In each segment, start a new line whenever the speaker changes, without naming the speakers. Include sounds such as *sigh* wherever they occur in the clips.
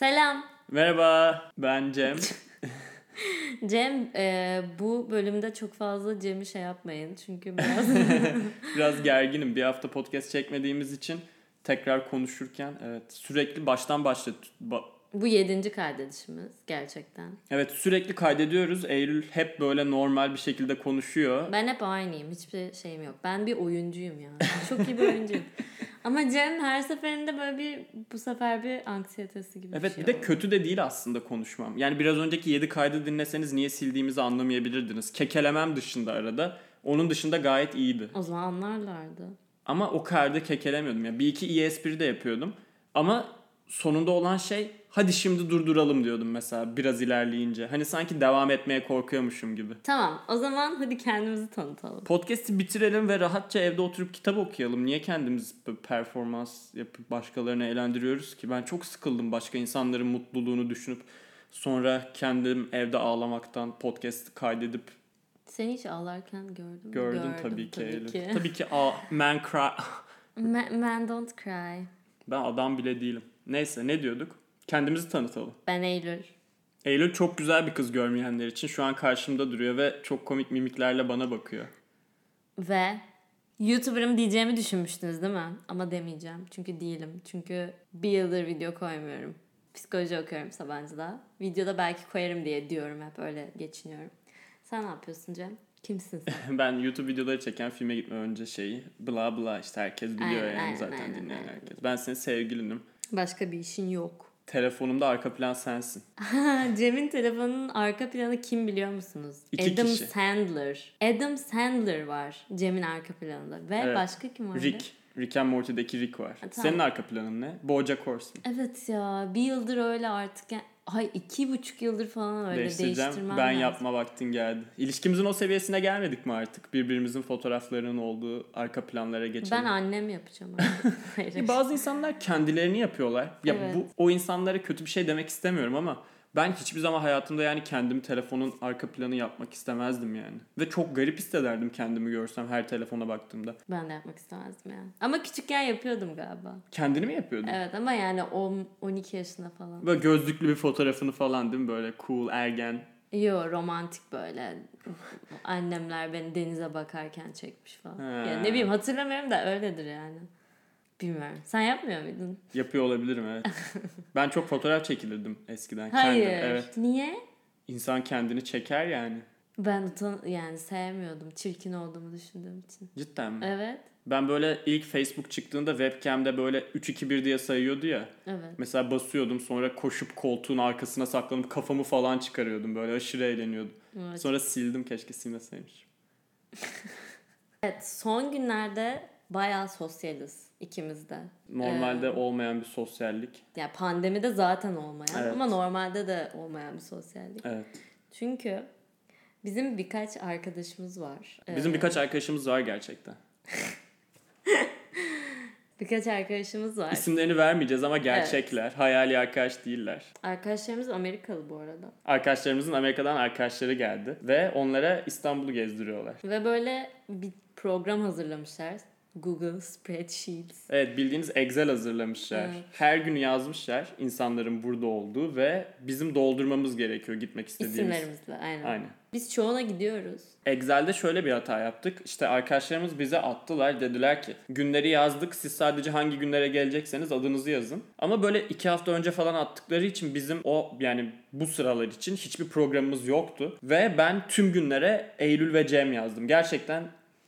Selam.
Merhaba, ben Cem.
Cem e, bu bölümde çok fazla Cem'i şey yapmayın. Çünkü biraz *laughs*
Biraz gerginim. Bir hafta podcast çekmediğimiz için tekrar konuşurken evet sürekli baştan başla ba-
bu yedinci kaydedişimiz gerçekten.
Evet sürekli kaydediyoruz. Eylül hep böyle normal bir şekilde konuşuyor.
Ben hep aynıyım. Hiçbir şeyim yok. Ben bir oyuncuyum yani. Çok iyi bir oyuncuyum. Ama Cem her seferinde böyle bir bu sefer bir anksiyetesi gibi
Evet
şey
bir de
oldu.
kötü de değil aslında konuşmam. Yani biraz önceki 7 kaydı dinleseniz niye sildiğimizi anlamayabilirdiniz. Kekelemem dışında arada. Onun dışında gayet iyiydi.
O zaman anlarlardı.
Ama o kaydı kekelemiyordum. Yani bir iki iyi espri de yapıyordum. Ama sonunda olan şey hadi şimdi durduralım diyordum mesela biraz ilerleyince. Hani sanki devam etmeye korkuyormuşum gibi.
Tamam o zaman hadi kendimizi tanıtalım.
Podcast'i bitirelim ve rahatça evde oturup kitap okuyalım. Niye kendimiz bu performans yapıp başkalarını eğlendiriyoruz ki? Ben çok sıkıldım başka insanların mutluluğunu düşünüp sonra kendim evde ağlamaktan podcast kaydedip
Seni hiç ağlarken gördüm mü?
gördüm, tabii ki. Eylül.
ki.
Tabii ki a, man cry.
Ma- Man don't cry.
Ben adam bile değilim. Neyse ne diyorduk? Kendimizi tanıtalım.
Ben Eylül.
Eylül çok güzel bir kız görmeyenler için şu an karşımda duruyor ve çok komik mimiklerle bana bakıyor. *laughs*
Ve YouTuber'ım diyeceğimi düşünmüştünüz değil mi? Ama demeyeceğim. Çünkü değilim. Çünkü bir yıldır video koymuyorum. Psikoloji okuyorum Sabancı'da. Videoda belki koyarım diye diyorum hep öyle geçiniyorum. Sen ne yapıyorsun Cem? Kimsin
*laughs*
sen?
Ben YouTube videoları çeken filme gitme önce şeyi bla bla işte herkes biliyor
Aynen,
yani
aynen,
zaten
aynen,
dinleyen
aynen.
herkes. Ben senin sevgilinim.
Başka bir işin yok. *laughs*
Telefonumda arka plan sensin.
Cem'in telefonunun arka planı kim biliyor musunuz?
İki
Adam
kişi.
Sandler. Adam Sandler var Cem'in arka planında. Ve
Evet.
başka kim vardı?
Rick. Rick and Morty'deki Rick var.
tamam.
Senin arka planın ne? Bojack Horseman.
Evet ya bir yıldır öyle artık. ya- Ay iki buçuk yıldır falan öyle
Değiştireceğim.
değiştirmem
Ben
lazım.
yapma vaktin geldi. İlişkimizin o seviyesine gelmedik mi artık? Birbirimizin fotoğraflarının olduğu arka planlara geçelim.
Ben annem yapacağım.
*laughs*
artık. Hayır.
Ya bazı insanlar kendilerini yapıyorlar. Ya
Evet.
bu o insanlara kötü bir şey demek istemiyorum ama ben hiçbir zaman hayatımda yani kendim telefonun arka planı yapmak istemezdim yani. Ve çok garip hissederdim kendimi görsem her telefona baktığımda.
Ben de yapmak istemezdim yani. Ama küçükken yapıyordum galiba.
Kendini mi yapıyordun?
Evet ama yani 10 12 yaşında falan.
Böyle gözlüklü bir fotoğrafını falan değil mi böyle cool ergen.
Yo romantik böyle. Annemler beni denize bakarken çekmiş falan.
Ha.
Yani ne bileyim hatırlamıyorum da öyledir yani. Bilmiyorum. Sen yapmıyor muydun?
Yapıyor olabilirim
*laughs*
evet. ben çok fotoğraf çekilirdim eskiden.
Hayır.
Kendim, evet.
Niye?
İnsan kendini çeker yani.
Ben utan yani sevmiyordum. Çirkin olduğumu düşündüğüm için.
Cidden mi?
Evet.
Ben böyle ilk Facebook çıktığında webcam'de böyle 3-2-1 diye sayıyordu ya.
Evet.
Mesela basıyordum sonra koşup koltuğun arkasına saklanıp kafamı falan çıkarıyordum böyle aşırı eğleniyordum.
evet.
Sonra sildim keşke silmeseymiş.
Evet, son günlerde bayağı sosyaliz ikimiz de.
Normalde
Ee,
olmayan bir sosyallik.
yani pandemide zaten olmayan
Evet.
ama normalde de olmayan bir sosyallik.
Evet.
Çünkü bizim birkaç arkadaşımız var. Ee,
Bizim birkaç arkadaşımız var gerçekten.
birkaç arkadaşımız var.
İsimlerini vermeyeceğiz ama gerçekler. Hayali arkadaş değiller.
Arkadaşlarımız Amerikalı bu arada.
Arkadaşlarımızın Amerika'dan arkadaşları geldi ve onlara İstanbul'u gezdiriyorlar.
Ve böyle bir program hazırlamışlar. Google Spreadsheets.
Evet bildiğiniz Excel hazırlamışlar.
Evet.
Her gün yazmışlar insanların burada olduğu ve bizim doldurmamız gerekiyor gitmek istediğimiz.
İsimlerimizle aynen.
Aynen.
Biz çoğuna gidiyoruz.
Excel'de şöyle bir hata yaptık. İşte arkadaşlarımız bize attılar. Dediler ki günleri yazdık. Siz sadece hangi günlere gelecekseniz adınızı yazın. Ama böyle iki hafta önce falan attıkları için bizim o yani bu sıralar için hiçbir programımız yoktu. Ve ben tüm günlere Eylül ve Cem yazdım. Gerçekten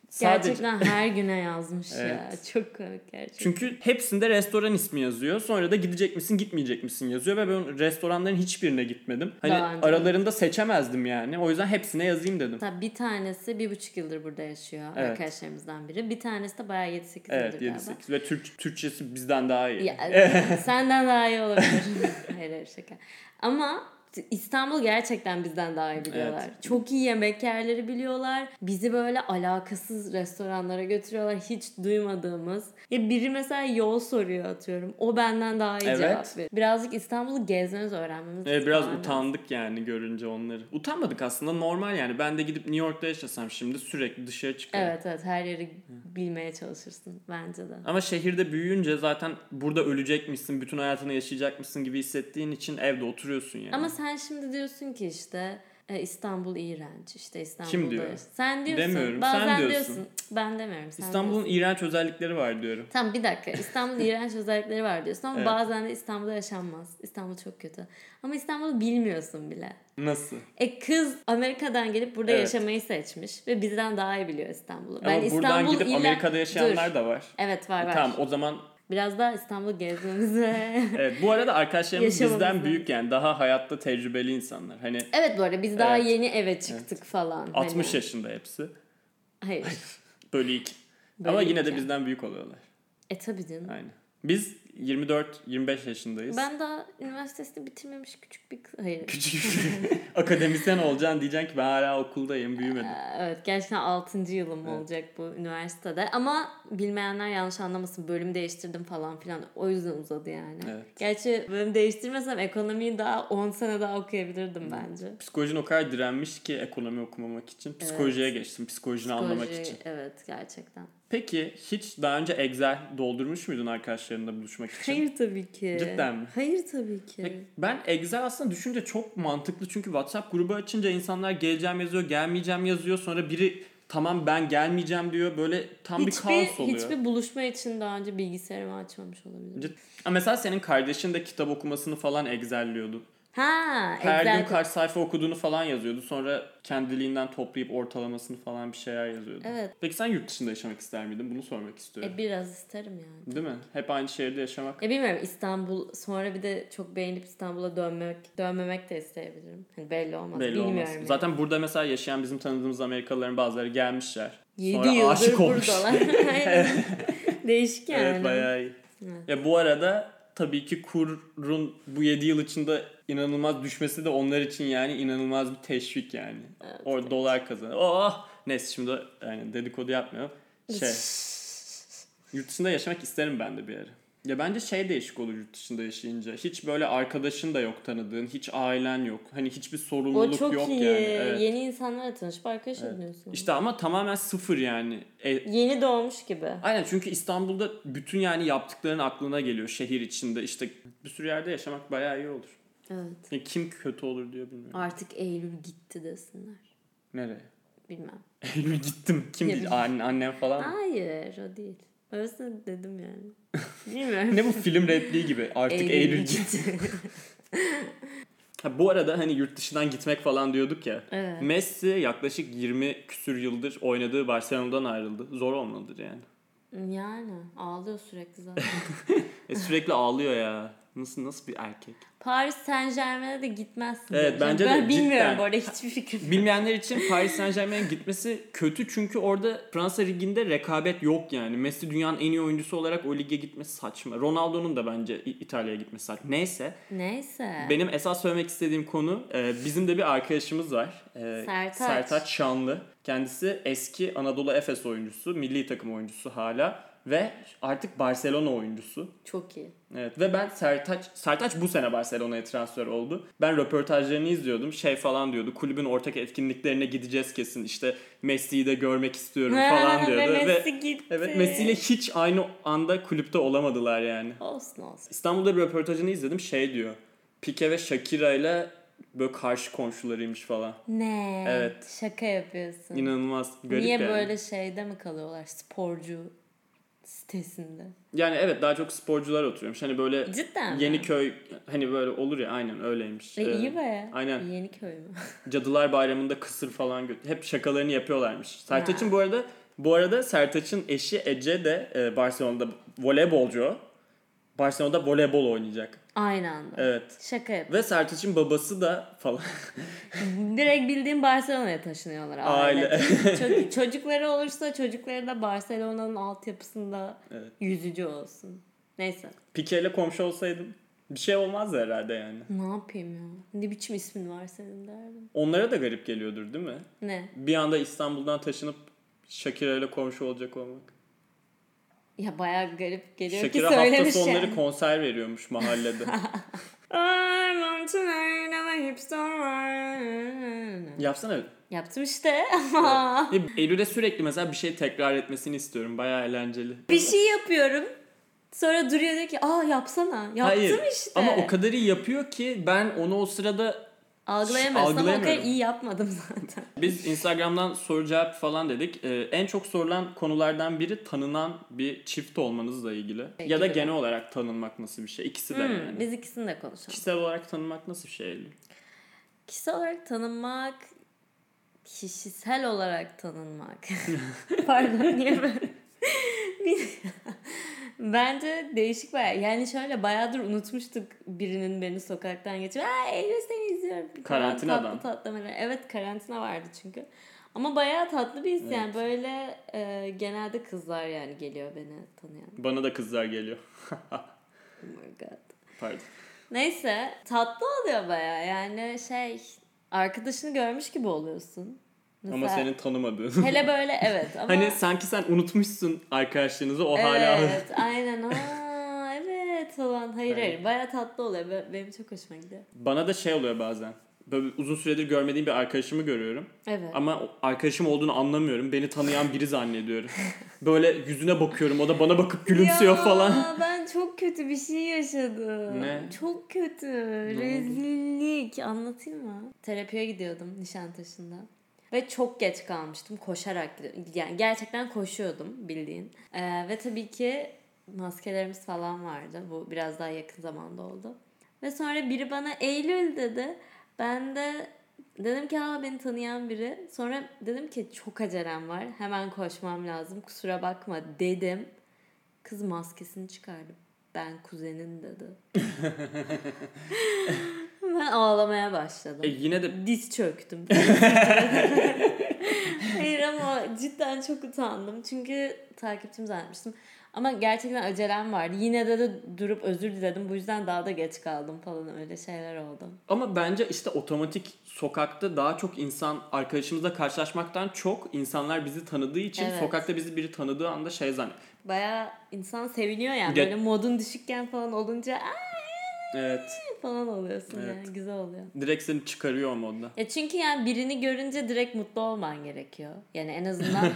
sadece...
Gerçekten her güne yazmış
*laughs*
ya.
Evet.
Çok komik gerçekten.
Çünkü hepsinde restoran ismi yazıyor. Sonra da gidecek misin gitmeyecek misin yazıyor. Ve ben restoranların hiçbirine gitmedim. Hani
Daha önce.
aralarında seçemezdim yani. O yüzden hepsine yazayım dedim.
Hatta bir tanesi bir buçuk yıldır burada yaşıyor
Evet.
arkadaşlarımızdan biri. Bir tanesi de bayağı 7-8
Evet
yıldır galiba.
7-8 ve Türk, *laughs* Türkçesi bizden daha
*laughs*
iyi.
Ya, senden daha iyi olabilir. hayır hayır şaka. Ama İstanbul gerçekten bizden daha iyi biliyorlar. Çok iyi yemek yerleri biliyorlar. Bizi böyle alakasız restoranlara götürüyorlar. Hiç duymadığımız. Ya biri mesela yol soruyor atıyorum. O benden daha iyi
Evet.
cevap veriyor. Birazcık İstanbul'u gezmeniz öğrenmemiz
Evet, biraz
lazım.
utandık yani görünce onları. Utanmadık aslında normal yani. Ben de gidip New York'ta yaşasam şimdi sürekli dışarı çıkıyorum.
Evet evet her yeri bilmeye çalışırsın bence de.
Ama şehirde büyüyünce zaten burada ölecekmişsin, bütün hayatını yaşayacakmışsın gibi hissettiğin için evde oturuyorsun yani.
Ama sen şimdi diyorsun ki işte e, İstanbul iğrenç işte İstanbul'da.
Kim diyor?
yaş- Sen diyorsun.
Demiyorum, sen
Bazen
diyorsun.
Cık, Ben demiyorum. Sen
İstanbul'un
diyorsun.
iğrenç özellikleri var diyorum.
Tamam bir dakika.
*laughs*
İstanbul'un iğrenç özellikleri var diyorsun ama
Evet.
bazen de İstanbul'da yaşanmaz. İstanbul çok kötü. Ama İstanbul'u bilmiyorsun bile.
Nasıl?
E kız Amerika'dan gelip burada
Evet.
yaşamayı seçmiş ve bizden daha iyi biliyor İstanbul'u.
Ama buradan
İstanbul
gidip
illa-
Amerika'da yaşayanlar
Dur.
da var.
Evet var var.
Tamam o zaman
Biraz daha İstanbul
*laughs*
gezmemize.
evet, bu arada arkadaşlarımız
Yaşamamız
bizden
lazım.
büyük yani daha hayatta tecrübeli insanlar. Hani
evet bu arada biz daha
Evet.
yeni eve çıktık falan. Hani-
60 yaşında hepsi.
Hayır.
Bölü 2.
Bölü
Ama yine
iki.
de bizden büyük oluyorlar.
E tabii canım.
Aynen. Biz 24-25 yaşındayız.
Ben daha üniversitesini bitirmemiş küçük bir kız. Hayır.
Küçük şey. *laughs* akademisyen olacaksın diyeceksin ki ben hala okuldayım büyümedim.
Ee, Evet gerçekten 6. yılım
Evet.
olacak bu üniversitede. Ama bilmeyenler yanlış anlamasın. Bölüm değiştirdim falan filan. O yüzden uzadı yani.
Evet.
Gerçi bölüm değiştirmesem ekonomiyi daha 10 sene daha okuyabilirdim bence.
Psikolojin o kadar direnmiş ki ekonomi okumamak için. Psikolojiye geçtim psikolojini anlamak
Psikoloji,
için.
Evet gerçekten.
Peki hiç daha önce Excel doldurmuş muydun arkadaşlarınla buluşmak için?
Hayır tabii ki.
Cidden mi?
Hayır tabii ki.
Peki, Ben Excel aslında düşünce çok mantıklı çünkü WhatsApp grubu açınca insanlar geleceğim yazıyor, gelmeyeceğim yazıyor. Sonra biri tamam ben gelmeyeceğim diyor. Böyle tam bir kaos oluyor.
hiçbir buluşma için daha önce bilgisayarımı açmamış olabilirim.
Cid- Ha, Mesela senin kardeşin de kitap okumasını falan Excel'liyordu.
Ha,
Her
Excel-
gün kaç sayfa okuduğunu falan yazıyordu. Sonra kendiliğinden toplayıp ortalamasını falan bir şeyler yazıyordu.
Evet.
Peki sen yurt dışında yaşamak ister miydin? Bunu sormak istiyorum.
E, biraz isterim yani.
Değil mi? Hep aynı şehirde yaşamak.
Ya bilmiyorum İstanbul sonra bir de çok beğenip İstanbul'a dönmek dönmemek de isteyebilirim. Hani belli olmaz.
Belli
bilmiyorum
olmaz.
yani.
Zaten burada mesela yaşayan bizim tanıdığımız Amerikalıların bazıları gelmişler.
Yedi
sonra
yıldır
aşık olmuş. *laughs*
buradalar. *laughs* Aynen. Değişik yani.
Evet bayağı iyi.
Evet.
Ya bu arada tabii ki kurun bu 7 yıl içinde inanılmaz düşmesi de onlar için yani inanılmaz bir teşvik yani. o dolar kazanıyor. Oh! Neyse şimdi yani dedikodu yapmıyorum. Şey, yurt dışında yaşamak isterim ben de bir ara. Ya bence şey değişik olur yurt dışında yaşayınca. Hiç böyle arkadaşın da yok tanıdığın, hiç ailen yok. Hani hiçbir
O
sorumluluk
çok
yok
iyi.
yani. Evet.
Yeni insanlarla tanışıp arkadaş ediniyorsun.
İşte ama tamamen sıfır yani. E,
Yeni doğmuş gibi.
Aynen çünkü İstanbul'da bütün yani yaptıkların aklına geliyor şehir içinde. işte bir sürü yerde yaşamak bayağı iyi olur.
Evet.
Yani kim kötü olur diyor bilmiyorum.
Artık Eylül gitti desinler.
Nereye? *laughs*
Bilmem.
Eylül gittim. Kim
Ya
diyecek?
bil-
Anne, annem falan. mı?
Hayır o değil. Öylesine dedim yani.
*laughs*
Bilmiyorum.
ne bu film repliği gibi. Artık Eylül, git. Ha, bu arada hani yurt dışından gitmek falan diyorduk ya.
*laughs* Evet.
Messi yaklaşık 20 küsür yıldır oynadığı Barcelona'dan ayrıldı. Zor olmalıdır yani.
yani ağlıyor sürekli zaten.
E, sürekli ağlıyor ya. Nasıl nasıl bir erkek?
Paris Saint Germain'e de gitmezsin.
Evet,
diyor.
bence de
ben bilmiyorum
cidden.
bu arada hiçbir fikrim. yok. *laughs*
Bilmeyenler için Paris Saint Germain'e gitmesi kötü çünkü orada Fransa liginde rekabet yok yani. Messi dünyanın en iyi oyuncusu olarak o lige gitmesi saçma. Ronaldo'nun da bence İ- İtalya'ya gitmesi saçma. Neyse
Neyse.
benim esas söylemek istediğim konu e, bizim de bir arkadaşımız var. E,
Sertaç.
Sertaç Şanlı. Kendisi eski Anadolu Efes oyuncusu, milli takım oyuncusu hala ve artık Barcelona oyuncusu.
Çok
*laughs*
iyi.
Evet ve ben Sertaç, Sertaç bu sene Barcelona'ya transfer oldu. Ben röportajlarını izliyordum. Şey falan diyordu. Kulübün ortak etkinliklerine gideceğiz kesin. İşte Messi'yi de
*laughs*
görmek istiyorum falan
Ha,
diyordu.
Ve Messi
Ve,
gitti.
evet Messi ile hiç aynı anda kulüpte olamadılar yani.
Olsun olsun.
İstanbul'da bir röportajını izledim. Şey diyor. Pique ve Shakira ile böyle karşı komşularıymış falan.
Ne?
Evet.
Şaka yapıyorsun.
İnanılmaz garip
Niye
yani.
böyle şeyde mi kalıyorlar? Sporcu sitesinde.
Yani evet daha çok sporcular oturuyormuş. Hani böyle
Cidden mi?
Yeniköy hani böyle olur ya aynen öyleymiş.
E,
Ee,
iyi be.
Aynen.
Yeni köy mü?
Cadılar Bayramı'nda kısır falan götür. Hep şakalarını yapıyorlarmış. Sertaç'ın
Ya.
bu arada bu arada Sertaç'ın eşi Ece de e, Barcelona'da voleybolcu. o. Barcelona'da voleybol oynayacak.
Aynı anda.
Evet.
Şaka yap.
Ve Sertaç'ın babası da falan.
Direkt bildiğin Barcelona'ya taşınıyorlar aile.
Aile. *laughs*
Ço- çocukları olursa çocukları da Barcelona'nın altyapısında
Evet.
yüzücü olsun. Neyse.
Pique ile komşu olsaydım Bir şey olmaz herhalde yani.
Ne yapayım ya? Ne biçim ismin var senin derdim.
Onlara da garip geliyordur değil mi?
Ne?
Bir anda İstanbul'dan taşınıp Shakira ile komşu olacak olmak.
Ya bayağı garip geliyor
Shakira
ki
hafta
söylemiş
sonları
yani.
konser
*laughs*
veriyormuş mahallede.
I want to learn I'm a hipster. one.
Yapsana.
Yaptım işte.
Ya Eylül'e sürekli mesela bir şey tekrar etmesini istiyorum. Bayağı eğlenceli.
*laughs* bir şey yapıyorum. Sonra duruyor diyor ki aa yapsana. Yaptım işte.
Ama o kadar iyi yapıyor ki ben onu o sırada
Algılayamıyorsun ama o kadar
Algılayamıyorum.
iyi yapmadım *laughs* zaten.
biz Instagram'dan soru cevap falan dedik. Ee, en çok sorulan konulardan biri tanınan bir çift olmanızla ilgili.
Peki.
ya da genel olarak tanınmak nasıl bir şey? İkisi de
Hmm,
yani.
Biz ikisini de konuşalım.
Kişisel olarak tanınmak nasıl bir şey Eylül?
Kişisel olarak tanınmak, kişisel olarak tanınmak. *laughs* Pardon niye böyle? *laughs* Bilmiyorum. Bence değişik baya. Yani şöyle bayağıdır unutmuştuk birinin beni sokaktan geçip Aa Eylül seni izliyorum. falan.
Karantinadan.
Tatlı tatlı böyle. Evet karantina vardı çünkü. Ama bayağı tatlı bir his yani. Böyle e, genelde kızlar yani geliyor beni tanıyan.
Bana da kızlar geliyor.
Oh my god.
Pardon.
Neyse tatlı oluyor baya yani şey arkadaşını görmüş gibi oluyorsun.
Ama
Mesela-
senin tanımadığın.
Hele böyle evet ama
*laughs* Hani sanki sen unutmuşsun arkadaşlığınızı o hala.
evet aynen aa evet falan hayır
Aynen.
hayır baya tatlı oluyor Be- benim çok hoşuma gidiyor.
Bana da şey oluyor bazen. Böyle uzun süredir görmediğim bir arkadaşımı görüyorum.
Evet.
Ama o arkadaşım olduğunu anlamıyorum. Beni tanıyan
*laughs*
biri zannediyorum. Böyle yüzüne bakıyorum. O da bana bakıp gülümsüyor
Ya,
falan.
Ben çok kötü bir şey yaşadım.
Ne?
Çok kötü.
oldu?
Rezillik. Anlatayım mı? Terapiye gidiyordum Nişantaşı'nda. Ve çok geç kalmıştım. Koşarak gidiyordum. Yani gerçekten koşuyordum bildiğin. Ee, ve tabii ki maskelerimiz falan vardı. Bu biraz daha yakın zamanda oldu. Ve sonra biri bana Eylül dedi. Ben de dedim ki ha beni tanıyan biri. Sonra dedim ki çok acelem var. Hemen koşmam lazım. Kusura bakma dedim. Kız maskesini çıkardı. Ben kuzenin dedi. ben ağlamaya
E
başladım.
yine de
Diz çöktüm. Hayır ama cidden çok utandım. Çünkü takipçim zannetmiştim. Ama gerçekten acelem vardı. Yine de, de durup özür diledim. Bu yüzden daha da geç kaldım falan öyle şeyler oldu.
ama bence işte otomatik sokakta daha çok insan arkadaşımızla karşılaşmaktan çok insanlar bizi tanıdığı için
Evet.
sokakta bizi biri tanıdığı anda şey zannet.
Baya insan seviniyor yani.
Ge-
Böyle modun düşükken falan olunca "Aa!"
Evet.
falan oluyorsun yani.
Evet.
Güzel oluyor.
Direkt seni çıkarıyor o modda. E
Ya çünkü yani birini görünce direkt mutlu olman gerekiyor. Yani en
*laughs*
azından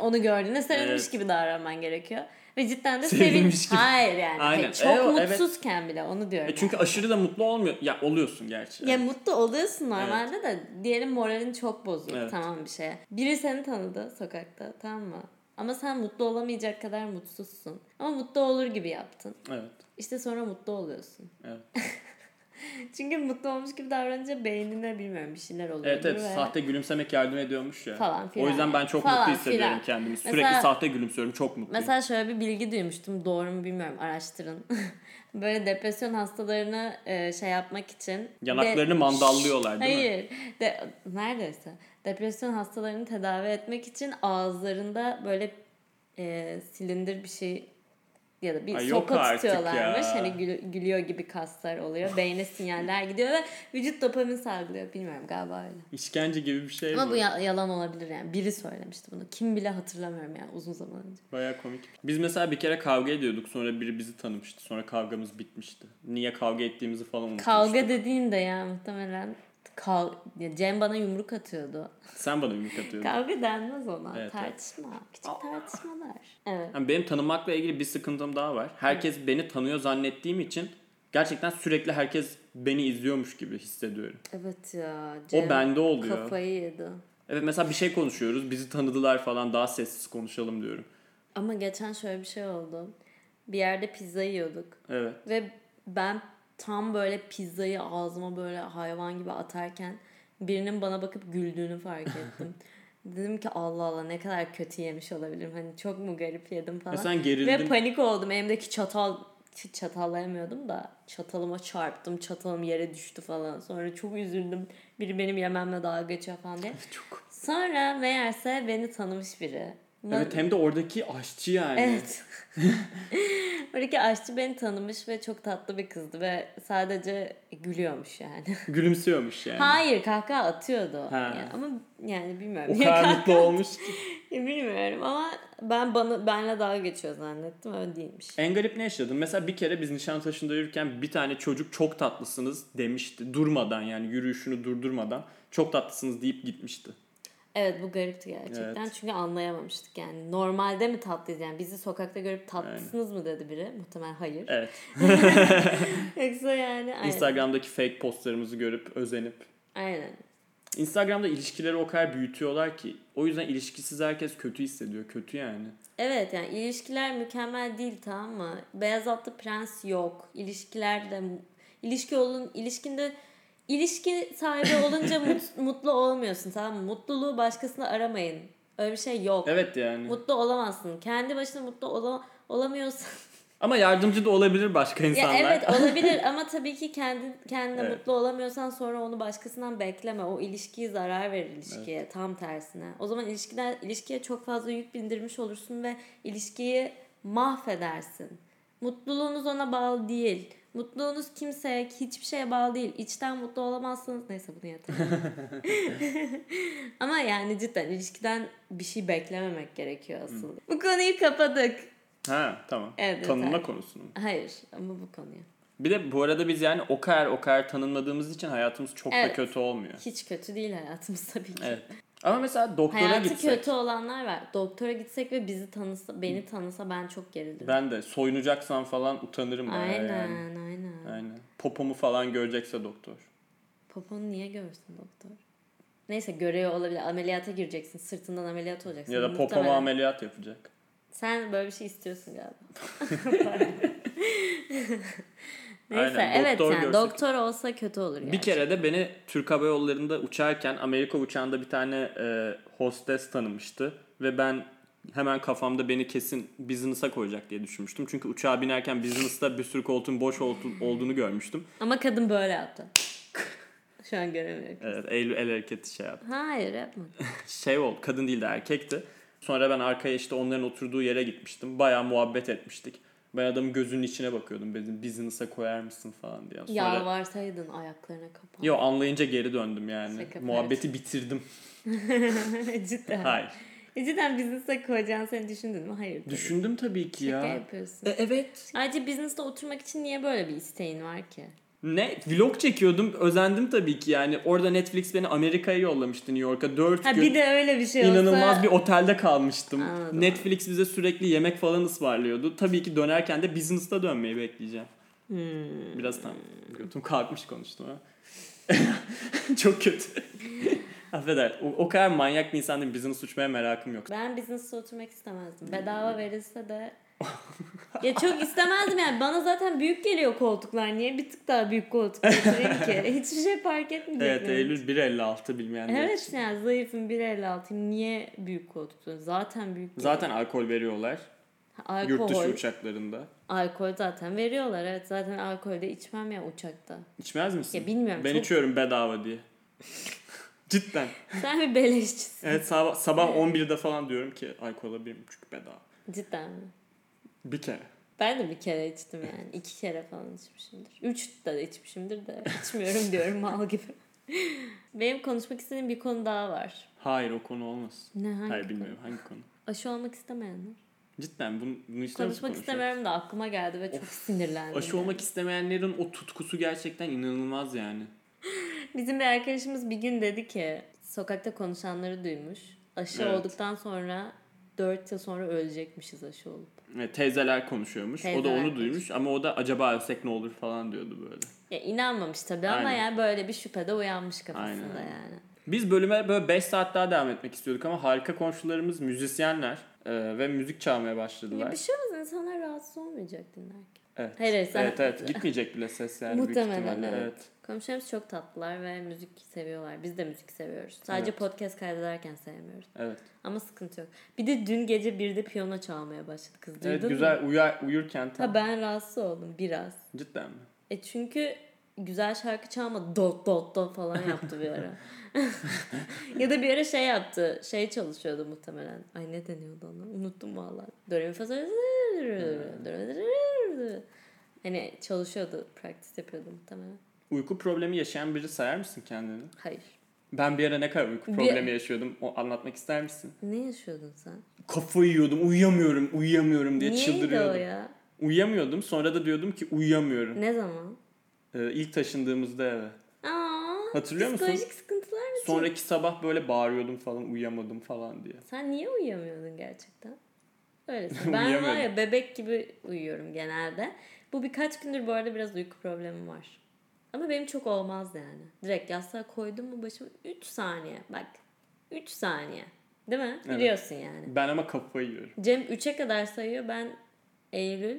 onu gördüğünde sevinmiş
Evet.
gibi davranman gerekiyor. Ve cidden de
Sevinmiş
sevin.
gibi.
Hayır yani.
Aynen.
Hayır, çok
E, o- evet.
mutsuzken bile onu diyorum.
E çünkü aşırı da mutlu olmuyor. Ya oluyorsun gerçi.
yani. Ya mutlu oluyorsun normalde de diyelim moralin çok bozuk
Evet.
tamam bir şeye. Biri seni tanıdı sokakta tamam mı? Ama sen mutlu olamayacak kadar mutsuzsun. Ama mutlu olur gibi yaptın.
Evet.
İşte sonra mutlu oluyorsun.
Evet.
*laughs* Çünkü mutlu olmuş gibi davranınca beynine bilmiyorum bir şeyler oluyor.
Evet evet sahte gülümsemek yardım ediyormuş ya.
Falan filan.
O yüzden ben çok
Falan
mutlu hissediyorum
filan.
kendimi. Sürekli
Mesela-
sahte gülümsüyorum. Çok mutluyum.
Mesela şöyle bir bilgi duymuştum. Doğru mu bilmiyorum. Araştırın. *laughs* Böyle depresyon hastalarını e, şey yapmak için
Yanaklarını mandallıyorlar değil mi?
Hayır. De, neredeyse. Depresyon hastalarını tedavi etmek için ağızlarında böyle e, silindir bir şey ya da bir
Ay, yok
sopa
artık
tutuyorlarmış.
ya.
Hani gül- gülüyor gibi kaslar oluyor. Beyne sinyaller gidiyor ve vücut dopamin salgılıyor. Bilmiyorum galiba öyle.
İşkence gibi bir şey
Ama
mi?
bu ya- yalan olabilir yani. Biri söylemişti bunu. Kim bile hatırlamıyorum yani uzun zaman önce.
Baya komik. Biz mesela bir kere kavga ediyorduk. Sonra biri bizi tanımıştı. Sonra kavgamız bitmişti. Niye kavga ettiğimizi falan unutmuştuk.
Kavga dediğin de ya muhtemelen kav ya Cem bana yumruk atıyordu.
Sen bana yumruk atıyordun.
Kavga denmez ona.
Evet,
tartışma. Küçük tartışmalar. Evet.
Yani benim tanımakla ilgili bir sıkıntım daha var. Herkes beni tanıyor zannettiğim için gerçekten sürekli herkes beni izliyormuş gibi hissediyorum.
Evet ya.
o bende oluyor.
Kafayı yedi.
Evet mesela bir şey konuşuyoruz. Bizi tanıdılar falan daha sessiz konuşalım diyorum.
Ama geçen şöyle bir şey oldu. Bir yerde pizza yiyorduk.
Evet.
Ve ben tam böyle pizzayı ağzıma böyle hayvan gibi atarken birinin bana bakıp güldüğünü fark
*laughs*
ettim. Dedim ki Allah Allah ne kadar kötü yemiş olabilirim. Hani çok mu garip yedim falan.
Ya E sen
Ve
gerildin.
panik oldum. Elimdeki çatal ç- çatallayamıyordum da çatalıma çarptım. Çatalım yere düştü falan. Sonra çok üzüldüm. Biri benim yememle dalga geçiyor falan diye.
*laughs* Çok.
Sonra meğerse beni tanımış biri.
Evet hem de oradaki aşçı yani.
Evet. *laughs* Oradaki aşçı beni tanımış ve çok tatlı bir kızdı ve sadece gülüyormuş yani.
*laughs* Gülümsüyormuş yani.
Hayır kahkaha atıyordu.
Ha.
Yani ama yani bilmiyorum.
O
niye
kadar
kahkaha- *laughs*
mutlu olmuş ki.
Bilmiyorum ama ben bana benle dalga geçiyor zannettim öyle değilmiş.
En garip ne yaşadın? Mesela bir kere biz Nişantaşı'nda yürürken bir tane çocuk çok tatlısınız demişti. Durmadan yani yürüyüşünü durdurmadan çok tatlısınız deyip gitmişti.
Evet bu garipti gerçekten
Evet.
çünkü anlayamamıştık yani. Normalde mi tatlıyız yani bizi sokakta görüp tatlısınız mı dedi biri. Muhtemelen hayır. *laughs*
Evet.
Yoksa yani aynen.
Instagram'daki fake postlarımızı görüp özenip.
aynen.
Instagram'da ilişkileri o kadar büyütüyorlar ki. O yüzden ilişkisiz herkes kötü hissediyor. Kötü yani.
Evet yani ilişkiler mükemmel değil tamam mı? Beyaz atlı prens yok. İlişkiler de ilişki olun ilişkinde ilişki sahibi
*laughs*
olunca mut- mutlu olmuyorsun tamam mı? Mutluluğu başkasında aramayın. Öyle bir şey yok.
Evet yani.
Mutlu olamazsın. Kendi başına mutlu ola- olamıyorsan.
Ama yardımcı da olabilir başka
ya
insanlar.
evet
*laughs*
olabilir ama tabii ki kendi kendine
Evet.
mutlu olamıyorsan sonra onu başkasından bekleme. O ilişkiyi zarar verir ilişkiye tam tersine. O zaman ilişkiden ilişkiye çok fazla yük bindirmiş olursun ve ilişkiyi mahvedersin. Mutluluğunuz ona bağlı değil. Mutluluğunuz kimseye, hiçbir şeye bağlı değil. İçten mutlu olamazsanız neyse bunu yeter.
*laughs*
Ama yani cidden ilişkiden bir şey beklememek gerekiyor aslında. Bu konuyu kapadık.
Ha tamam.
Evet,
Tanınma
evet.
konusunu.
Hayır ama bu konuyu.
Bir de bu arada biz yani o kadar o kadar tanınmadığımız için hayatımız çok da
Evet.
kötü olmuyor.
Hiç kötü değil hayatımız *laughs* tabii ki.
Evet. Ama mesela doktora
Hayatı
gitsek.
kötü olanlar var. Doktora gitsek ve bizi tanısa, beni tanısa ben çok gerilirim.
Ben de soyunacaksan falan utanırım bayağı
aynen,
yani.
aynen.
Aynen. Popomu falan görecekse doktor.
Poponu niye görsün doktor? Neyse görüyor olabilir. Ameliyata gireceksin. Sırtından ameliyat olacaksın.
Ya da popoma
Muhtemelen.
ameliyat yapacak.
Sen böyle bir şey istiyorsun
*laughs*
galiba. *laughs* Neyse
Aynen,
evet
doktor
yani
görsek.
doktor olsa kötü olur yani.
Bir kere de beni Türk Hava Yolları'nda uçarken Amerika uçağında bir tane e, hostes tanımıştı. Ve ben hemen kafamda beni kesin business'a koyacak diye düşünmüştüm. Çünkü uçağa binerken business'ta bir sürü koltuğun boş oltu- olduğunu görmüştüm.
Ama kadın böyle
*laughs*
yaptı. Şu an göremiyorum.
Evet, el, el hareketi şey yaptı.
Hayır yapma.
şey ol kadın değil de erkekti. Sonra ben arkaya işte onların oturduğu yere gitmiştim. Bayağı muhabbet etmiştik. Ben adamın gözünün içine bakıyordum. Dedim business'a koyar mısın falan diye. Sonra
Yalvarsaydın ayaklarına kapan.
Yo anlayınca geri döndüm yani.
Şaka *laughs*
Muhabbeti bitirdim.
Cidden. E,
Hayır.
Cidden business'a koyacağını sen düşündün mü? Hayır. tabii.
Düşündüm tabii ki
Şaka
ya.
yapıyorsun.
E, evet.
Ayrıca business'ta oturmak için niye böyle bir isteğin var ki?
Ne? Vlog çekiyordum. Özendim tabii ki yani. Orada Netflix beni Amerika'ya yollamıştı New York'a. 4
Ha
gün.
bir de öyle bir şey olsa.
İnanılmaz bir otelde kalmıştım.
Anladım.
Netflix bize sürekli yemek falan ısmarlıyordu. Tabii ki dönerken de business'ta dönmeyi bekleyeceğim.
Hmm.
Biraz tam götüm kalkmış konuştum ha. *laughs* Çok kötü. *laughs* Affeder. O, o kadar manyak bir insan değilim. Business uçmaya merakım yok.
Ben business'ta oturmak istemezdim. Bedava verilse de. *laughs* ya çok istemezdim yani. Bana zaten büyük geliyor koltuklar. Niye bir tık daha büyük koltuk getireyim
*laughs*
ki? Hiçbir şey fark etmeyecek.
Evet
benim.
Eylül 1.56 bilmeyenler
Evet
için.
yani zayıfım 1.56. Niye büyük koltuk? istiyorsun? Zaten büyük. geliyor.
Zaten alkol veriyorlar.
alkol.
Yurt dışı uçaklarında.
Alkol zaten veriyorlar. Evet zaten alkol de içmem ya uçakta.
İçmez misin?
Ya bilmiyorum.
ben
çok...
içiyorum bedava diye. *laughs* Cidden.
Sen bir beleşçisin.
Evet sabah, sabah 11'de falan diyorum ki alkol alabilirim çünkü bedava.
*laughs* Cidden mi?
Bir kere.
Ben de bir kere içtim yani. iki kere falan içmişimdir. Üç de içmişimdir de *laughs* içmiyorum diyorum mal gibi. Benim konuşmak istediğim bir konu daha var.
Hayır o konu olmaz.
Ne hangi
Hayır
konu?
bilmiyorum hangi konu.
Aşı olmak istemeyenler.
Cidden bunu, bunu ister misin
Konuşmak
konuşalım?
istemiyorum da aklıma geldi ve çok sinirlendim.
Aşı
yani.
olmak istemeyenlerin o tutkusu gerçekten inanılmaz yani.
Bizim bir arkadaşımız bir gün dedi ki sokakta konuşanları duymuş. Aşı
Evet.
olduktan sonra 4 yıl sonra ölecekmişiz aşı olup.
E, Teyzeler konuşuyormuş. o da
Teyzeler
onu duymuş ama o da acaba ölsek ne olur falan diyordu böyle.
Ya inanmamış tabii ama
Aynen.
yani böyle bir şüphede uyanmış kafasında
Aynen.
yani.
Biz bölüme böyle 5 saat daha devam etmek istiyorduk ama harika komşularımız müzisyenler e, ve müzik çalmaya
Ya
başladılar.
bir şey olmaz insanlar rahatsız olmayacak dinlerken.
Evet.
Hayır, hayır, sen- *laughs*
evet, evet. Gitmeyecek bile ses yani büyük
Muhtemelen
ihtimalle.
evet.
evet.
Komşularımız çok tatlılar ve müzik seviyorlar. Biz de müzik seviyoruz. Sadece
Evet.
podcast kaydederken sevmiyoruz.
Evet.
Ama sıkıntı yok. Bir de dün gece birde piyano çalmaya başladı kız. Duydun
Evet,
mu?
güzel uyar, uyurken tam.
Ha ben rahatsız oldum biraz.
Cidden mi?
E çünkü güzel şarkı çalmadı. Dot dot dot falan yaptı bir
*laughs*
ara. ya da bir ara şey yaptı. Şey çalışıyordu muhtemelen. Ay ne deniyordu ona? Unuttum valla. Do re mi fa sol la si
Hmm.
do re. Hani çalışıyordu. Practice yapıyordu muhtemelen.
Uyku problemi yaşayan biri sayar mısın kendini?
Hayır.
Ben bir ara ne kadar uyku
Bir-
problemi yaşıyordum. O anlatmak ister misin?
Ne yaşıyordun sen?
Kafayı yiyordum, uyuyamıyorum, uyuyamıyorum diye
Niyeydi o
çıldırıyordum.
ya?
Uyuyamıyordum. Sonra da diyordum ki uyuyamıyorum.
Ne zaman?
Ee, ilk taşındığımızda eve.
Aa,
Hatırlıyor musun?
psikolojik sıkıntılar mı? için?
Sonraki sabah böyle bağırıyordum falan uyuyamadım falan diye.
Sen niye uyuyamıyordun gerçekten?
*laughs*
Öylesin. Ben var ya
Uyuyamıyorum.
bebek gibi uyuyorum genelde. Bu birkaç gündür bu arada biraz uyku problemim var. Ama benim çok olmaz yani. Direkt yastığa koydum mu başımı 3 saniye. Bak 3 saniye. Değil mi?
Evet.
Biliyorsun yani.
Ben ama kafayı yiyorum.
Cem 3'e kadar sayıyor. Ben Eylül.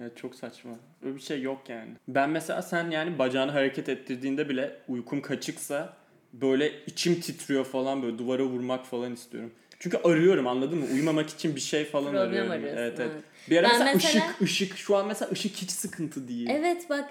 Evet, çok saçma. Öyle bir şey yok yani. Ben mesela sen yani bacağını hareket ettirdiğinde bile uykum kaçıksa böyle içim titriyor falan böyle duvara vurmak falan istiyorum. Çünkü arıyorum anladın mı? Uyumamak için bir şey falan
Problem
arıyorum.
arıyorsun,
Evet, evet.
evet.
Bir ara
Ben
mesela,
mesela-
ışık ışık şu an mesela ışık hiç sıkıntı değil.
Evet bak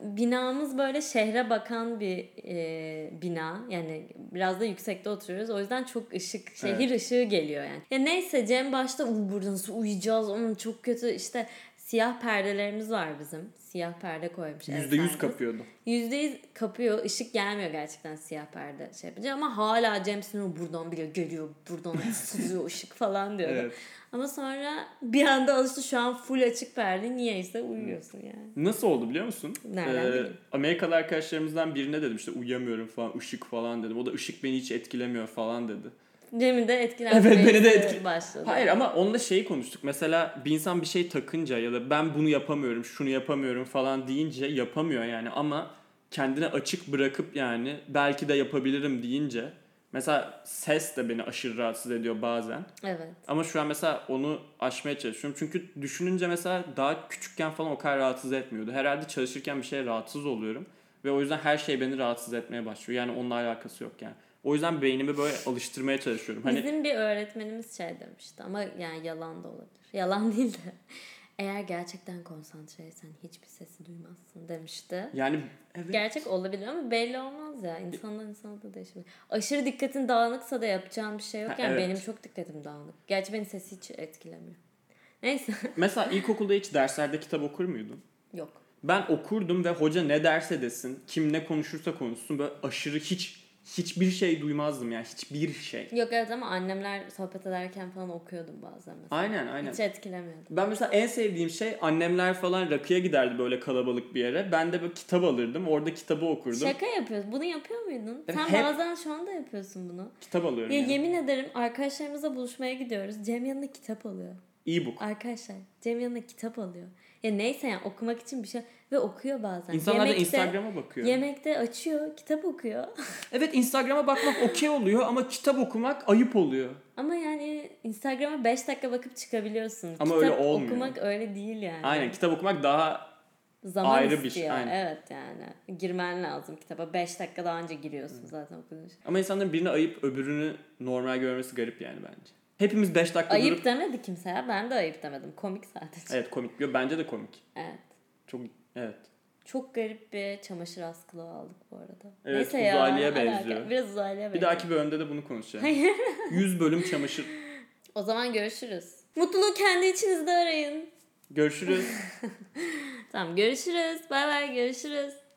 binamız böyle şehre bakan bir e, bina. Yani biraz da yüksekte oturuyoruz. O yüzden çok ışık, şehir ışığı geliyor yani. Ya neyse Cem başta "Uy, burada nasıl uyuyacağız? Onun çok kötü işte siyah perdelerimiz var bizim. Siyah perde koymuş. ev
%100
sahibi.
kapıyordu.
%100 kapıyor. Işık gelmiyor gerçekten siyah perde şey yapınca ama hala Cem Sinur buradan biliyor, geliyor, buradan
*laughs*
sızıyor ışık falan diyordu.
Evet.
Ama sonra bir anda alıştı şu an full açık perde. Niyeyse uyuyorsun yani.
Nasıl oldu biliyor musun? Ee,
Nereden bileyim?
Amerikalı arkadaşlarımızdan birine dedim işte uyuyamıyorum falan ışık falan dedim. O da ışık beni hiç etkilemiyor falan dedi.
Cem'i de etkilen
Evet,
bir
beni de
his
etki-
başladı.
Hayır ama onunla şeyi konuştuk. Mesela bir insan bir şey takınca ya da ben bunu yapamıyorum, şunu yapamıyorum falan deyince yapamıyor yani ama kendine açık bırakıp yani belki de yapabilirim deyince mesela ses de beni aşırı rahatsız ediyor bazen.
Evet.
Ama şu an mesela onu aşmaya çalışıyorum. Çünkü düşününce mesela daha küçükken falan o kadar rahatsız etmiyordu. Herhalde çalışırken bir şeye rahatsız oluyorum. Ve o yüzden her şey beni rahatsız etmeye başlıyor. Yani onunla alakası yok yani. O yüzden beynimi böyle alıştırmaya çalışıyorum. Hani
Bizim bir öğretmenimiz şey demişti ama yani yalan da olabilir. *laughs* Yalan değil de eğer gerçekten konsantreysen hiçbir sesi duymazsın demişti.
yani evet.
Gerçek olabilir ama belli olmaz ya. İnsandan insana da değişir. Aşırı dikkatin dağınıksa da yapacağım bir şey yok.
Ha,
Yani
evet.
benim çok dikkatim dağınık. Gerçi beni sesi hiç etkilemiyor. Neyse. *laughs*
Mesela ilkokulda hiç derslerde kitap okur muydun?
Yok.
Ben okurdum ve hoca ne derse desin, kim ne konuşursa konuşsun böyle aşırı hiç hiçbir şey duymazdım yani hiçbir şey.
Yok evet ama annemler sohbet ederken falan okuyordum bazen mesela.
Aynen aynen.
Hiç etkilemiyordu.
Ben mesela en sevdiğim şey annemler falan rakıya giderdi böyle kalabalık bir yere. Ben de böyle kitap alırdım. Orada kitabı okurdum.
Şaka yapıyorsun. Bunu yapıyor muydun?
Evet,
Sen
hep-
bazen şu anda yapıyorsun bunu.
Kitap alıyorum
Ya
yani.
yemin ederim arkadaşlarımızla buluşmaya gidiyoruz. Cem yanına kitap alıyor.
E-book.
Arkadaşlar Cem yanına kitap alıyor. Ya neyse yani okumak için bir şey ve okuyor bazen.
İnsanlar da
Yemekte-
Instagram'a bakıyor.
Yemekte açıyor, kitap okuyor. *laughs*
evet Instagram'a bakmak okey oluyor ama kitap okumak ayıp oluyor.
Ama yani Instagram'a 5 dakika bakıp çıkabiliyorsun.
Ama
kitap
öyle olmuyor.
okumak öyle değil yani.
Aynen kitap okumak daha
Zaman
ayrı
ayrı
bir şey, aynen.
Evet yani. Girmen lazım kitaba. 5 dakika daha önce giriyorsun zaten okuduğun şey.
ama insanların birini ayıp öbürünü normal görmesi garip yani bence. Hepimiz 5 dakika durup
Ayıp demedi kimse ya. Ben de ayıp demedim. Komik sadece.
Evet komik. Yo, bence de komik.
evet.
Çok evet.
Çok garip bir çamaşır askılığı aldık bu arada.
Evet, uzaylıya benziyor.
Biraz uzaylıya benziyor.
Bir dahaki bölümde de bunu konuşacağız. 100 bölüm çamaşır.
O zaman görüşürüz. Mutluluğu kendi içinizde arayın.
Görüşürüz.
Tamam görüşürüz. Bay bay görüşürüz.